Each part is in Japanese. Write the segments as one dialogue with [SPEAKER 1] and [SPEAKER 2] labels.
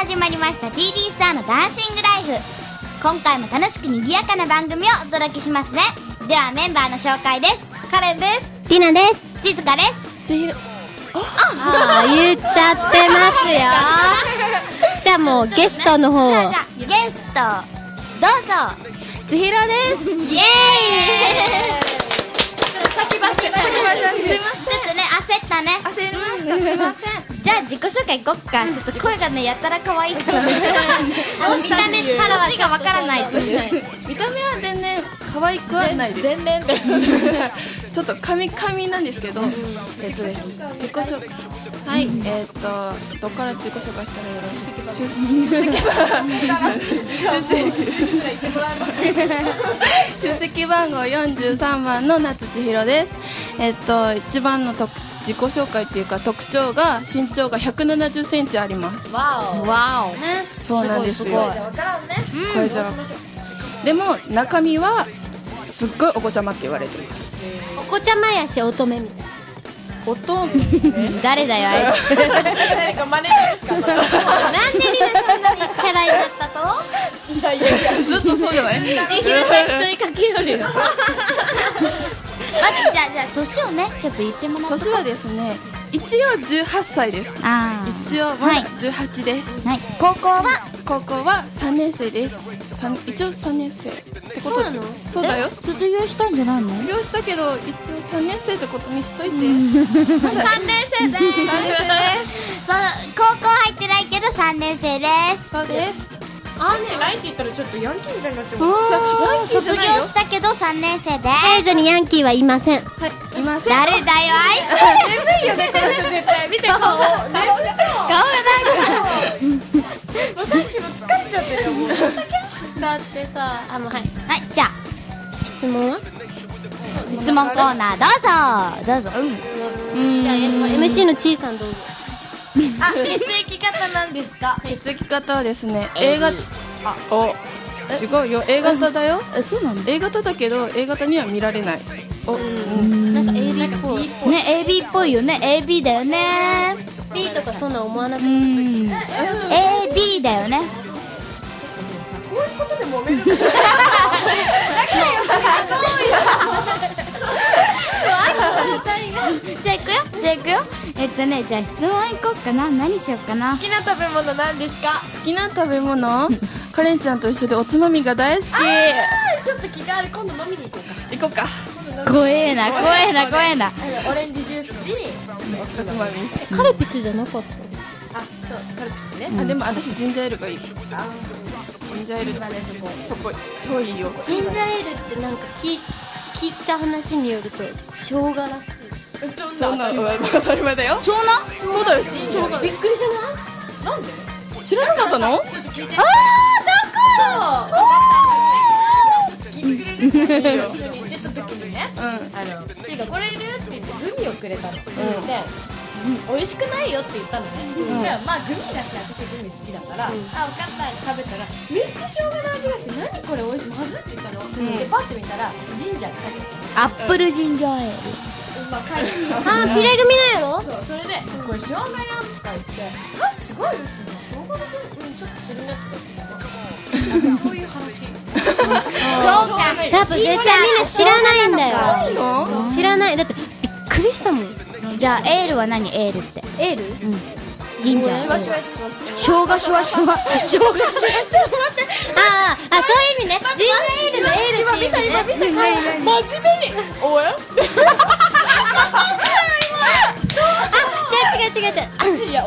[SPEAKER 1] た TD スターのダンシングライフ今回も楽しく賑やかな番組をお届けしますねではメンバーの紹介ですカレンです
[SPEAKER 2] りなです
[SPEAKER 1] ちずかです
[SPEAKER 3] ちひろ
[SPEAKER 2] あー言っちゃってますよ じゃあもうゲストの 方
[SPEAKER 1] さ
[SPEAKER 2] を
[SPEAKER 1] あじゃあゲストどうぞ
[SPEAKER 3] ちひろです
[SPEAKER 1] イエーイ先走るちょっ
[SPEAKER 3] すい
[SPEAKER 1] とね焦ったね
[SPEAKER 3] ません焦りましたすいません
[SPEAKER 1] じゃあ自己紹介いこっかちょっと声がねやたら可愛いですよねあの見た目からはちょっと年がわからないという
[SPEAKER 3] 見た目は全然可愛くはないです全然 ちょっとカミカミなんですけど、えっとですね自己紹介はい、えっとどっから自己紹介したらよろしい出席出席番号43番の夏千尋ですえっと一番の特自己紹介っていうか特徴が身長が170センチあります
[SPEAKER 1] わおね
[SPEAKER 3] そうなんですよこれじゃでも中身はすっごいお子ちゃまって言われてる
[SPEAKER 2] お子ちゃまやし乙女みたい
[SPEAKER 3] 乙女
[SPEAKER 1] 誰だよあいつ なんでリナそんなにキャラになったと
[SPEAKER 3] ずっとそうじゃ ない
[SPEAKER 1] 千尋さん人にかけよるよまずじゃあじゃあ年をねちょっと言ってもらって
[SPEAKER 3] 年はですね一応18歳です
[SPEAKER 1] あ
[SPEAKER 3] 一応ま
[SPEAKER 1] は
[SPEAKER 3] だ
[SPEAKER 1] い
[SPEAKER 3] 18です、
[SPEAKER 1] あはい高校は
[SPEAKER 3] 高校は3年生です三一応3年生ってこと
[SPEAKER 2] そうなの
[SPEAKER 3] そうだよ
[SPEAKER 1] え卒業したんじゃないの
[SPEAKER 3] 卒業したけど一応3年生ってことにし といて3年生です3年生です
[SPEAKER 1] そう高校入ってないけど3年生です
[SPEAKER 3] そうです
[SPEAKER 4] あーねライって言ったらちょっとヤンキーみたいになっちゃう
[SPEAKER 3] じゃあランキー
[SPEAKER 1] 卒
[SPEAKER 3] じ
[SPEAKER 1] 業
[SPEAKER 3] ゃないよ
[SPEAKER 1] したけど3年生で
[SPEAKER 2] な彼女にヤンキーはいません
[SPEAKER 3] はいいません
[SPEAKER 1] 誰だよあいつ
[SPEAKER 4] いよねこれ絶対見て顔も
[SPEAKER 1] 顔
[SPEAKER 4] う
[SPEAKER 1] がなんか
[SPEAKER 4] さっきの疲れちゃってるよもう
[SPEAKER 5] だってさあもうはい
[SPEAKER 1] はいじゃあ
[SPEAKER 2] 質問は
[SPEAKER 1] 質問コーナーどうぞどうぞうん
[SPEAKER 2] じゃあやっぱ MC のちいさんどうぞ
[SPEAKER 4] あ血液型なんですか
[SPEAKER 3] 血液型はですね A 型あお違うよ A 型だよ
[SPEAKER 1] えそうなの
[SPEAKER 3] A 型だけど A 型には見られないお、
[SPEAKER 2] なんか AB っぽい
[SPEAKER 1] ね AB っぽいよね AB だよね
[SPEAKER 2] B とかそんな思わなく
[SPEAKER 1] うん AB だよねじゃあ行くよじゃあ行くよえっとねじゃあ質問行こうかな何しようかな
[SPEAKER 4] 好きな食べ物なんですか
[SPEAKER 3] 好きな食べ物カレンちゃんと一緒でおつまみが大好き
[SPEAKER 4] ちょっと気がある今度飲みに行こうか
[SPEAKER 3] 行こうか
[SPEAKER 1] 怖えな怖えな怖えな
[SPEAKER 4] あのオレンジジュースにちょっとおつまみ
[SPEAKER 2] カルピスじゃなかった
[SPEAKER 4] あそうカルピスね
[SPEAKER 3] あでも私ジンジャーエールがいいジンジャーエールだねそこそこ超いいよ
[SPEAKER 2] ジンジャーエールってなんか聞聞いた話によると生姜らしい
[SPEAKER 3] そんなの当たり前だよ
[SPEAKER 1] そうな
[SPEAKER 3] そうだよジンジャーエー
[SPEAKER 2] びっくりじゃない
[SPEAKER 3] ル知らなかったの
[SPEAKER 1] ああだから
[SPEAKER 4] 一緒に行ってた時にね
[SPEAKER 3] うん
[SPEAKER 4] あの「ちいがこれいる?」って言ってグミをくれたの、で美味しくないよって言ったのね、でまあグミだし私グミ好きだから、あ分かったって食べたらめっちゃ生姜の味がして何これ美味しいまずいって言ったの、でパッて見たらジンジャーって書いて
[SPEAKER 1] アップルジンジャーエール
[SPEAKER 4] あるまあ書いてある
[SPEAKER 2] あーピレ組だやろ
[SPEAKER 4] そうそれで「これ生姜やん」とか言って「あすごい」って言ったら生姜だけ、うん、ちょっとするね」って言ってなんかこういう話
[SPEAKER 1] そうか
[SPEAKER 2] 多分絶対みんな知らないんだよ
[SPEAKER 3] の
[SPEAKER 2] 知らないだってびっくりしたもん
[SPEAKER 1] じゃあエールは何エールって
[SPEAKER 2] エール
[SPEAKER 1] ジンジャーエール生姜シュワシュワ生姜シュワシュワ
[SPEAKER 2] あーあそういう意味ねジンジャーエールのエールっていう意味ね
[SPEAKER 4] 真面目に「おや?」
[SPEAKER 2] あ違う違う違う違うあジンジャーエ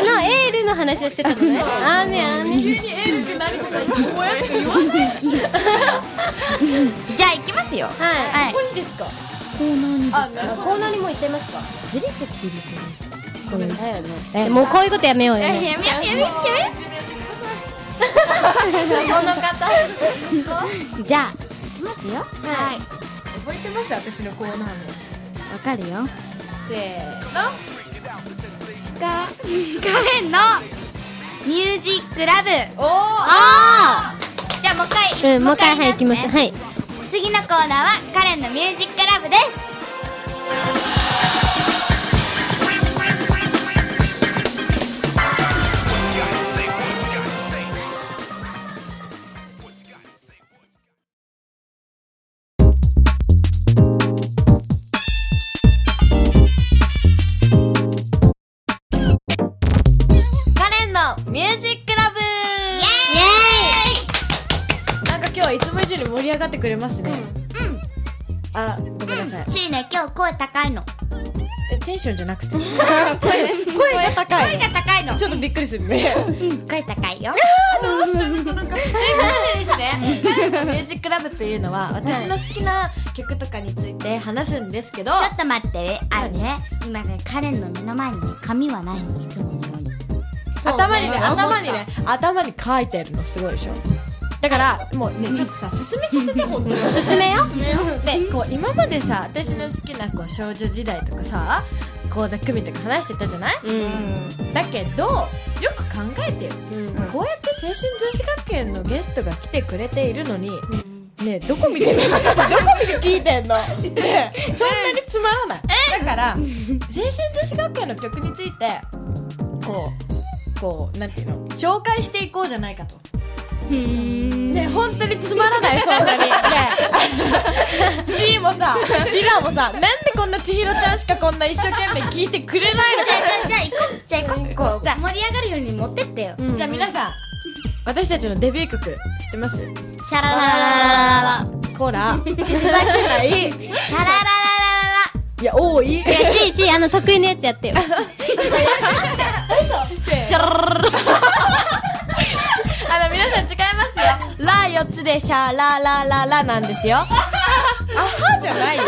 [SPEAKER 2] ールのエールの話をしてたのねあーねあーね
[SPEAKER 4] 急にエールって何とか言って「おや?」って言わない
[SPEAKER 1] じゃあ行きますよ
[SPEAKER 2] はい
[SPEAKER 1] はい
[SPEAKER 4] ここにですか
[SPEAKER 2] あコーナーにもう行っちゃいますか
[SPEAKER 1] ずれちゃってる
[SPEAKER 2] えもうこういうことやめようよ
[SPEAKER 1] やめやめやめや
[SPEAKER 5] この方
[SPEAKER 1] めじゃあ行きますよわ
[SPEAKER 2] はい
[SPEAKER 4] 覚えてます私のコーナーも
[SPEAKER 1] かるよ
[SPEAKER 4] せーの
[SPEAKER 1] かカレンのミュージックラブ
[SPEAKER 4] おー
[SPEAKER 1] あーじゃあもう一回
[SPEAKER 2] うんもう一回はい行きましょうはい
[SPEAKER 1] 次のコーナーはカレンのミュージックラブです
[SPEAKER 6] 「
[SPEAKER 4] り上がってくれますね、
[SPEAKER 1] うん
[SPEAKER 4] あごめんなさい、
[SPEAKER 1] ちいね今日声高いの
[SPEAKER 4] えテンションじゃなくて声声が高い
[SPEAKER 1] 声が高いの
[SPEAKER 4] ちょっとびっくりするね
[SPEAKER 1] 声高いよ
[SPEAKER 4] ですね。 彼女のミュージックラブというのは私の好きな曲とかについて話すんですけど、
[SPEAKER 1] ちょっと待ってあのね今ねカレンの目の前にね紙はないのいつものように
[SPEAKER 4] 頭にね頭にね頭に書いてるのすごいでしょ。だからもうねちょっとさ進めさせて 本当に。
[SPEAKER 2] 進めよ
[SPEAKER 4] でこう今までさ私の好きなこう少女時代とかさ高田久美とか話してたじゃない？だけどよく考えてよ。
[SPEAKER 2] うん
[SPEAKER 4] こうやって青春女子学園のゲストが来てくれているのに、ねえどこ見てる どこ見て聞いてんの ねえそんなにつまらない、だから青春女子学園の曲についてこうこうなんていうの紹介していこうじゃないかとねえ本当につまらないそんなにねえ ちーもさリラもさなんでこんな千尋ちゃんしかこんな一生懸命聞いてくれないの
[SPEAKER 1] じゃあじゃあじゃあ行こうじゃあ行こうこう盛り上がるように持ってってよ
[SPEAKER 2] うん
[SPEAKER 4] じゃあ皆さん私たちのデビュー曲知って ます
[SPEAKER 1] シャララララララ
[SPEAKER 4] ほらふざけない
[SPEAKER 1] シ
[SPEAKER 4] い
[SPEAKER 1] ャラララ
[SPEAKER 4] や多い
[SPEAKER 2] いやちいちいあの得意なやつやってよ
[SPEAKER 4] あの皆さん違いますよ「ラ」四つで「シャララララ」なんですよあはじゃないよ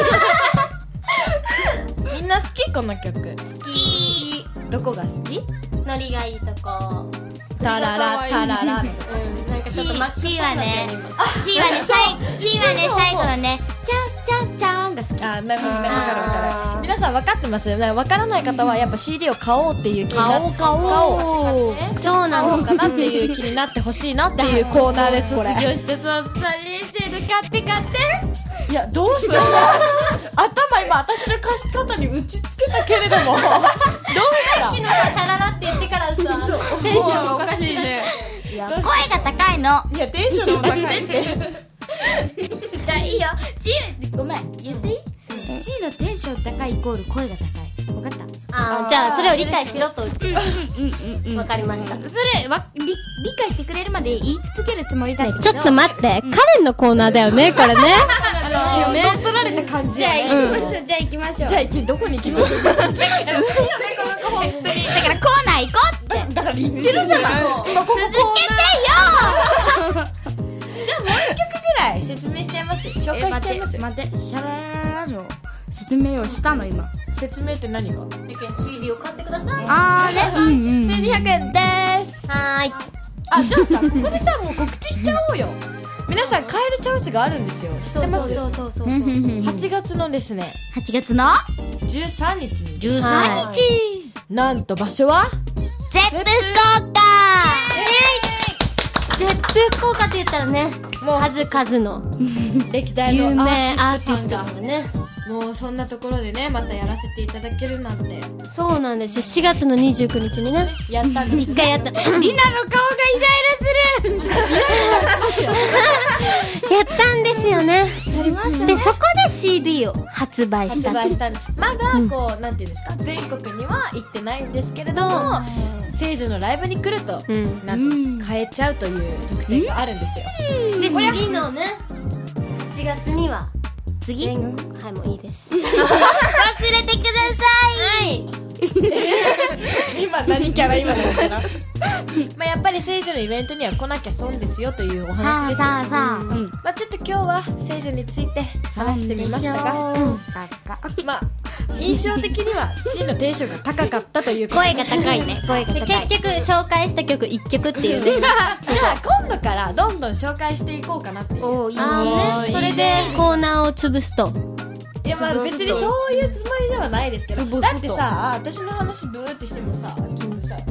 [SPEAKER 4] みんな好きこの曲
[SPEAKER 1] 好き
[SPEAKER 4] どこが好き
[SPEAKER 2] ノリがいいとこ
[SPEAKER 4] タララタララ
[SPEAKER 2] うんなんか
[SPEAKER 1] ち
[SPEAKER 2] ちょっとマッチ
[SPEAKER 1] ー
[SPEAKER 2] リ
[SPEAKER 1] はねちーはね最ちーはね最後のねちゃんちゃんちゃんが好き
[SPEAKER 4] あなるほどねわかるわか
[SPEAKER 2] あー
[SPEAKER 4] る皆さん分かってますよね分からない方はやっぱ CD を買おうっていう気になって
[SPEAKER 2] 買おう
[SPEAKER 4] 買おう
[SPEAKER 2] そうなの
[SPEAKER 4] 買おうかなっていう気になってほしいなっていうコーナーですこれ
[SPEAKER 2] 卒業してさサリーチェル買って買って
[SPEAKER 4] いやどう したの頭今私の貸し方に打ちつけたけれど もどうした
[SPEAKER 2] 昨日さシャララって言ってからさテンションがおかしいな
[SPEAKER 4] ね
[SPEAKER 1] 声が高いの
[SPEAKER 4] いやテンションの高いって
[SPEAKER 1] じゃあいいよちーごめん言っていいちーのテンション高いイコール声が高いわかった
[SPEAKER 2] あーじゃあそれを理解しろとうちわかりました
[SPEAKER 1] それわ理理解してくれるまで言い続けるつもりだけど
[SPEAKER 2] ちょっと待って、カレンのコーナーだよねこれね
[SPEAKER 4] あの乗っ取られた感じ
[SPEAKER 1] じゃあ
[SPEAKER 4] や
[SPEAKER 1] 行きま
[SPEAKER 4] ね
[SPEAKER 1] しょうじゃあ行きましょう
[SPEAKER 4] じゃあ行きどこに行きましょうか
[SPEAKER 1] だからコーナー行こうって
[SPEAKER 4] だから行ってるじゃない今ここコー
[SPEAKER 1] 続けて
[SPEAKER 4] ナー
[SPEAKER 1] よ
[SPEAKER 4] ぐらい説明しちゃいます紹介しちゃいます
[SPEAKER 1] 待ってシャララララの説明をしたの今
[SPEAKER 4] 説明って何が
[SPEAKER 2] CD を買ってください
[SPEAKER 1] あーねうんうん
[SPEAKER 4] 1200円でーす
[SPEAKER 2] はーい
[SPEAKER 4] あじゃあさここでさもう告知しちゃおうよ皆さん買えるチャンスがあるんですよ知ってます
[SPEAKER 2] そうそうそうそう
[SPEAKER 4] 8月のですね
[SPEAKER 1] 8月の
[SPEAKER 4] 13日に
[SPEAKER 1] 13日
[SPEAKER 4] なんと場所は
[SPEAKER 1] ゼップ効果
[SPEAKER 2] 絶対効果って言ったらね
[SPEAKER 4] もう
[SPEAKER 2] 数々の
[SPEAKER 4] 歴代の
[SPEAKER 2] 有
[SPEAKER 4] あ
[SPEAKER 2] 名アーティストさんがね
[SPEAKER 4] もうそんなところでねまたやらせていただけるなんて
[SPEAKER 2] そうなんですよ4月の29日にね
[SPEAKER 4] やったんです
[SPEAKER 2] 一回やったリナの顔がイライラするやったんですよねでそこで CD を発売
[SPEAKER 4] 発
[SPEAKER 2] した
[SPEAKER 4] 売したんでまだこう、なんていうんですか全国には行ってないんですけれども聖女のライブに来ると、
[SPEAKER 2] うん
[SPEAKER 4] なんと買えちゃうという特典があるんですよ、
[SPEAKER 2] で次のね1月には
[SPEAKER 1] 次忘
[SPEAKER 2] 全国はいもういい です
[SPEAKER 1] れてください
[SPEAKER 4] 今何キャラ今何キャラ まあやっぱり聖女のイベントには来なきゃ損ですよというお
[SPEAKER 1] さ
[SPEAKER 4] 話
[SPEAKER 1] あ
[SPEAKER 4] です
[SPEAKER 1] さあさあ
[SPEAKER 4] まあちょっと今日は聖女について話してみましたが
[SPEAKER 1] バカ
[SPEAKER 4] まあ印象的には地位のテンションが高かったということ
[SPEAKER 1] 声が高いね 声が
[SPEAKER 2] で
[SPEAKER 1] 高い
[SPEAKER 2] 結局紹介した曲1曲っていうね
[SPEAKER 4] じゃあ今度からどんどん紹介していこうかなっていう
[SPEAKER 1] おーいいね
[SPEAKER 2] あーねそれでコーナーを潰すと
[SPEAKER 4] いやまあ別にそういうつもりではないですけど
[SPEAKER 1] つぶ
[SPEAKER 4] だ
[SPEAKER 1] すと
[SPEAKER 4] ってさ私の話ブーってしてもさちょっとさだって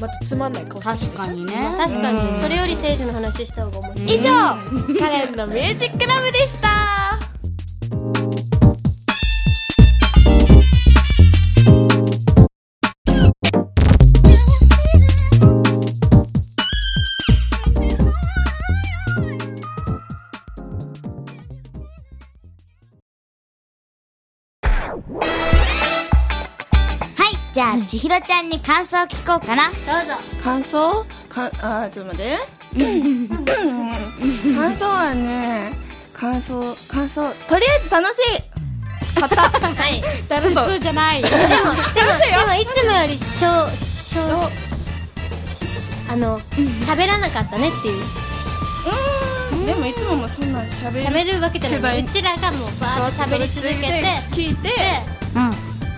[SPEAKER 4] またつまんない顔してる
[SPEAKER 1] 確
[SPEAKER 4] でし
[SPEAKER 1] かに
[SPEAKER 4] ょ
[SPEAKER 1] ね
[SPEAKER 2] 確かにそれより聖女の話した方が面白い
[SPEAKER 4] 以上カレンのミュージックラブでした
[SPEAKER 1] はいじゃあ千尋ちゃんに感想を聞こうかな
[SPEAKER 2] どうぞ
[SPEAKER 3] 感想かあーちょっと待って感想はね感想感想とりあえず楽しい
[SPEAKER 2] はい
[SPEAKER 1] 楽しそうじゃない
[SPEAKER 2] でもでもでもいつもよりしょしょあの喋らなかったねっていう
[SPEAKER 3] うーんでもいつももそんな喋る
[SPEAKER 2] 喋るわけじゃない
[SPEAKER 3] 手
[SPEAKER 2] う
[SPEAKER 3] 前
[SPEAKER 2] ちらがもうバーッと喋り続けてで
[SPEAKER 3] 聞いて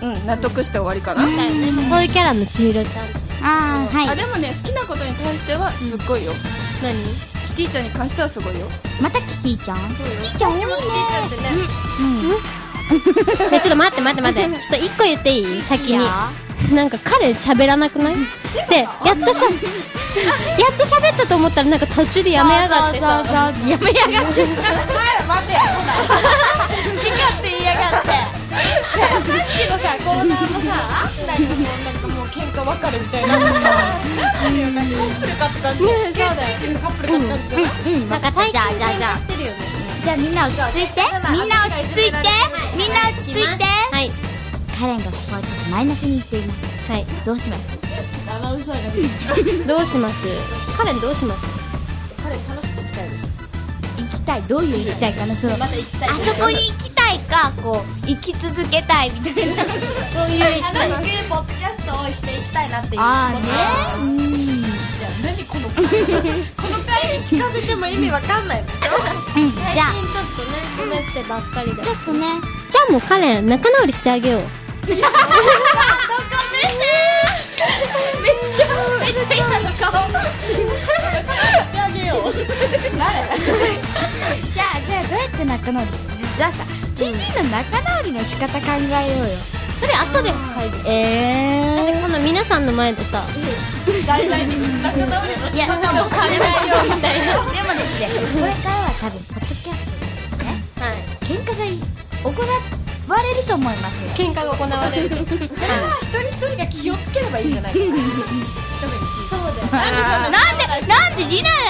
[SPEAKER 1] うん
[SPEAKER 3] うん納得して終わりかな、
[SPEAKER 2] だよねそういうキャラの千尋ちゃん
[SPEAKER 1] あーは
[SPEAKER 3] あ
[SPEAKER 1] い
[SPEAKER 3] でもね好きなことに対してはすっごいよ、
[SPEAKER 2] 何
[SPEAKER 3] キティちゃんに関してはすごいよ
[SPEAKER 1] またキティちゃんキティちゃん多いね
[SPEAKER 2] えちょっと待って待って待ってちょっと一個言っていい先
[SPEAKER 1] いい
[SPEAKER 2] に
[SPEAKER 1] よ
[SPEAKER 2] なんか彼喋らなくないでやっとしゃやっと喋ったと思ったらなんか途中でやめやがってさ
[SPEAKER 1] そうそうやめやがって
[SPEAKER 4] 待てよほら好き勝手言いやがってねえさっきのさコーナーのさなんかもうなんかもう喧嘩別れみたいなあるよねカップル買ったんでそうだよカップル買ったんですよ
[SPEAKER 1] うん
[SPEAKER 2] なんか最
[SPEAKER 1] じゃあ
[SPEAKER 2] 近
[SPEAKER 1] じゃあじゃあ
[SPEAKER 2] してるよね
[SPEAKER 1] じゃあみんな落ち着いてみんな落ち着いてみんな落ち着いて
[SPEAKER 2] はい
[SPEAKER 1] カレンがここはちょっとマイナスにいっています
[SPEAKER 2] はい
[SPEAKER 1] どうします
[SPEAKER 4] アナウンサーが出てきた
[SPEAKER 2] どうしますカレンどうします
[SPEAKER 4] 彼楽しく行きたいです
[SPEAKER 1] 行きたいどういう行きたいかなそのあ
[SPEAKER 2] 行きた
[SPEAKER 1] そこに行きたいかこう行き続けたいみたいな
[SPEAKER 2] そういう行きたい
[SPEAKER 4] 楽しくポッドキャストをしていきたいなっていう気持ち
[SPEAKER 1] あーねうん
[SPEAKER 4] いや何この回この回に聞かせても意味わかんないでしょ
[SPEAKER 1] うん
[SPEAKER 2] 最
[SPEAKER 1] じゃ
[SPEAKER 2] 近
[SPEAKER 1] あ
[SPEAKER 2] ちょっとね褒めてばっかりだ
[SPEAKER 1] ちょっとね
[SPEAKER 2] じゃあもうカレン仲直りしてあげよう
[SPEAKER 4] あげよう
[SPEAKER 1] じゃあじゃあどうやって仲直りするじゃあさ TT の仲直りの仕方考えようよ
[SPEAKER 2] それ後で会議して
[SPEAKER 1] え
[SPEAKER 2] この皆さんの前でさ
[SPEAKER 4] 題材に仲直りの
[SPEAKER 1] いやでもでも
[SPEAKER 2] 考えようみたいなは
[SPEAKER 1] ですねこれからは多分ポッドキャストでですね
[SPEAKER 2] い
[SPEAKER 1] 喧嘩が行われると思いますよ
[SPEAKER 2] 喧嘩が行われると
[SPEAKER 4] 一人一人が気をつければいいんじゃ ないかな特に
[SPEAKER 2] そう
[SPEAKER 1] なんでなんでリナだよ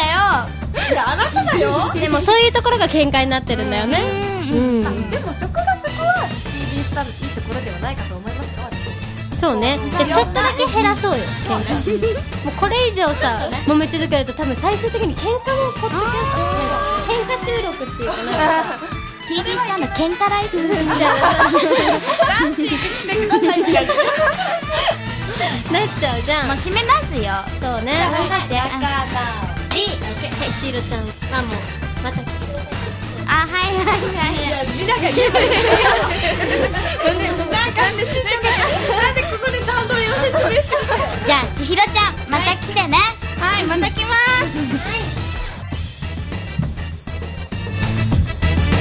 [SPEAKER 4] いやあなただよ
[SPEAKER 2] だよでもそういうところが喧嘩になってるんだよねうん、
[SPEAKER 4] でもそこがそこは TV スターのいいところではないかと思いますが私
[SPEAKER 2] そうねじゃあちょっとだけ減らそうよ喧嘩 もうこれ以上さ、揉め続けると多分最終的に喧嘩もポッドキャストで喧嘩収録っていうかなんか
[SPEAKER 1] TV スターの喧嘩ライフ
[SPEAKER 2] みたいな
[SPEAKER 4] してくださいみたい
[SPEAKER 2] なっ
[SPEAKER 4] な
[SPEAKER 2] ちゃうじゃん
[SPEAKER 1] もう締めますよ
[SPEAKER 2] そうね。
[SPEAKER 1] 頑張ってあ
[SPEAKER 2] いい。はい、ちいろちゃん。あ、もう、また来てください。
[SPEAKER 1] あはいはいはいはい
[SPEAKER 4] リナが言えばいいなんでなんかなんでなんでここで段取りを説明してる
[SPEAKER 1] じゃあ千尋ちゃんまた来てね、
[SPEAKER 3] はいまた来ます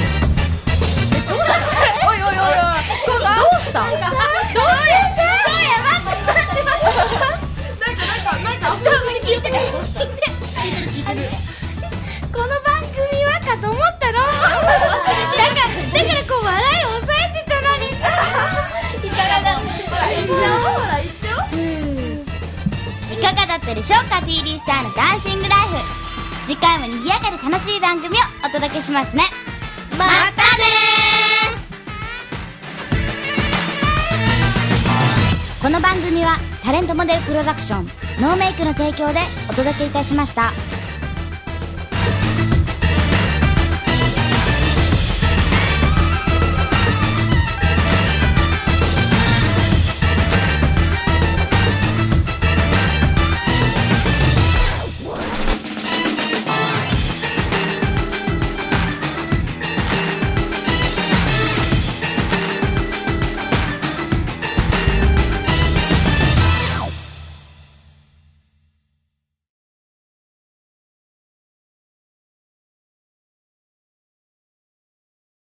[SPEAKER 4] おいおいおいおい今度どうしたなんか
[SPEAKER 1] この番組はかと思った のだからだからこう笑いを抑えてたのにさいかがだいかがだったでしょうか TD スターのダンシングライフ次回も賑やかで楽しい番組をお届けしますねまたねこの番組はタレントモデルプロダクションノーメイクの提供でお届けいたしました。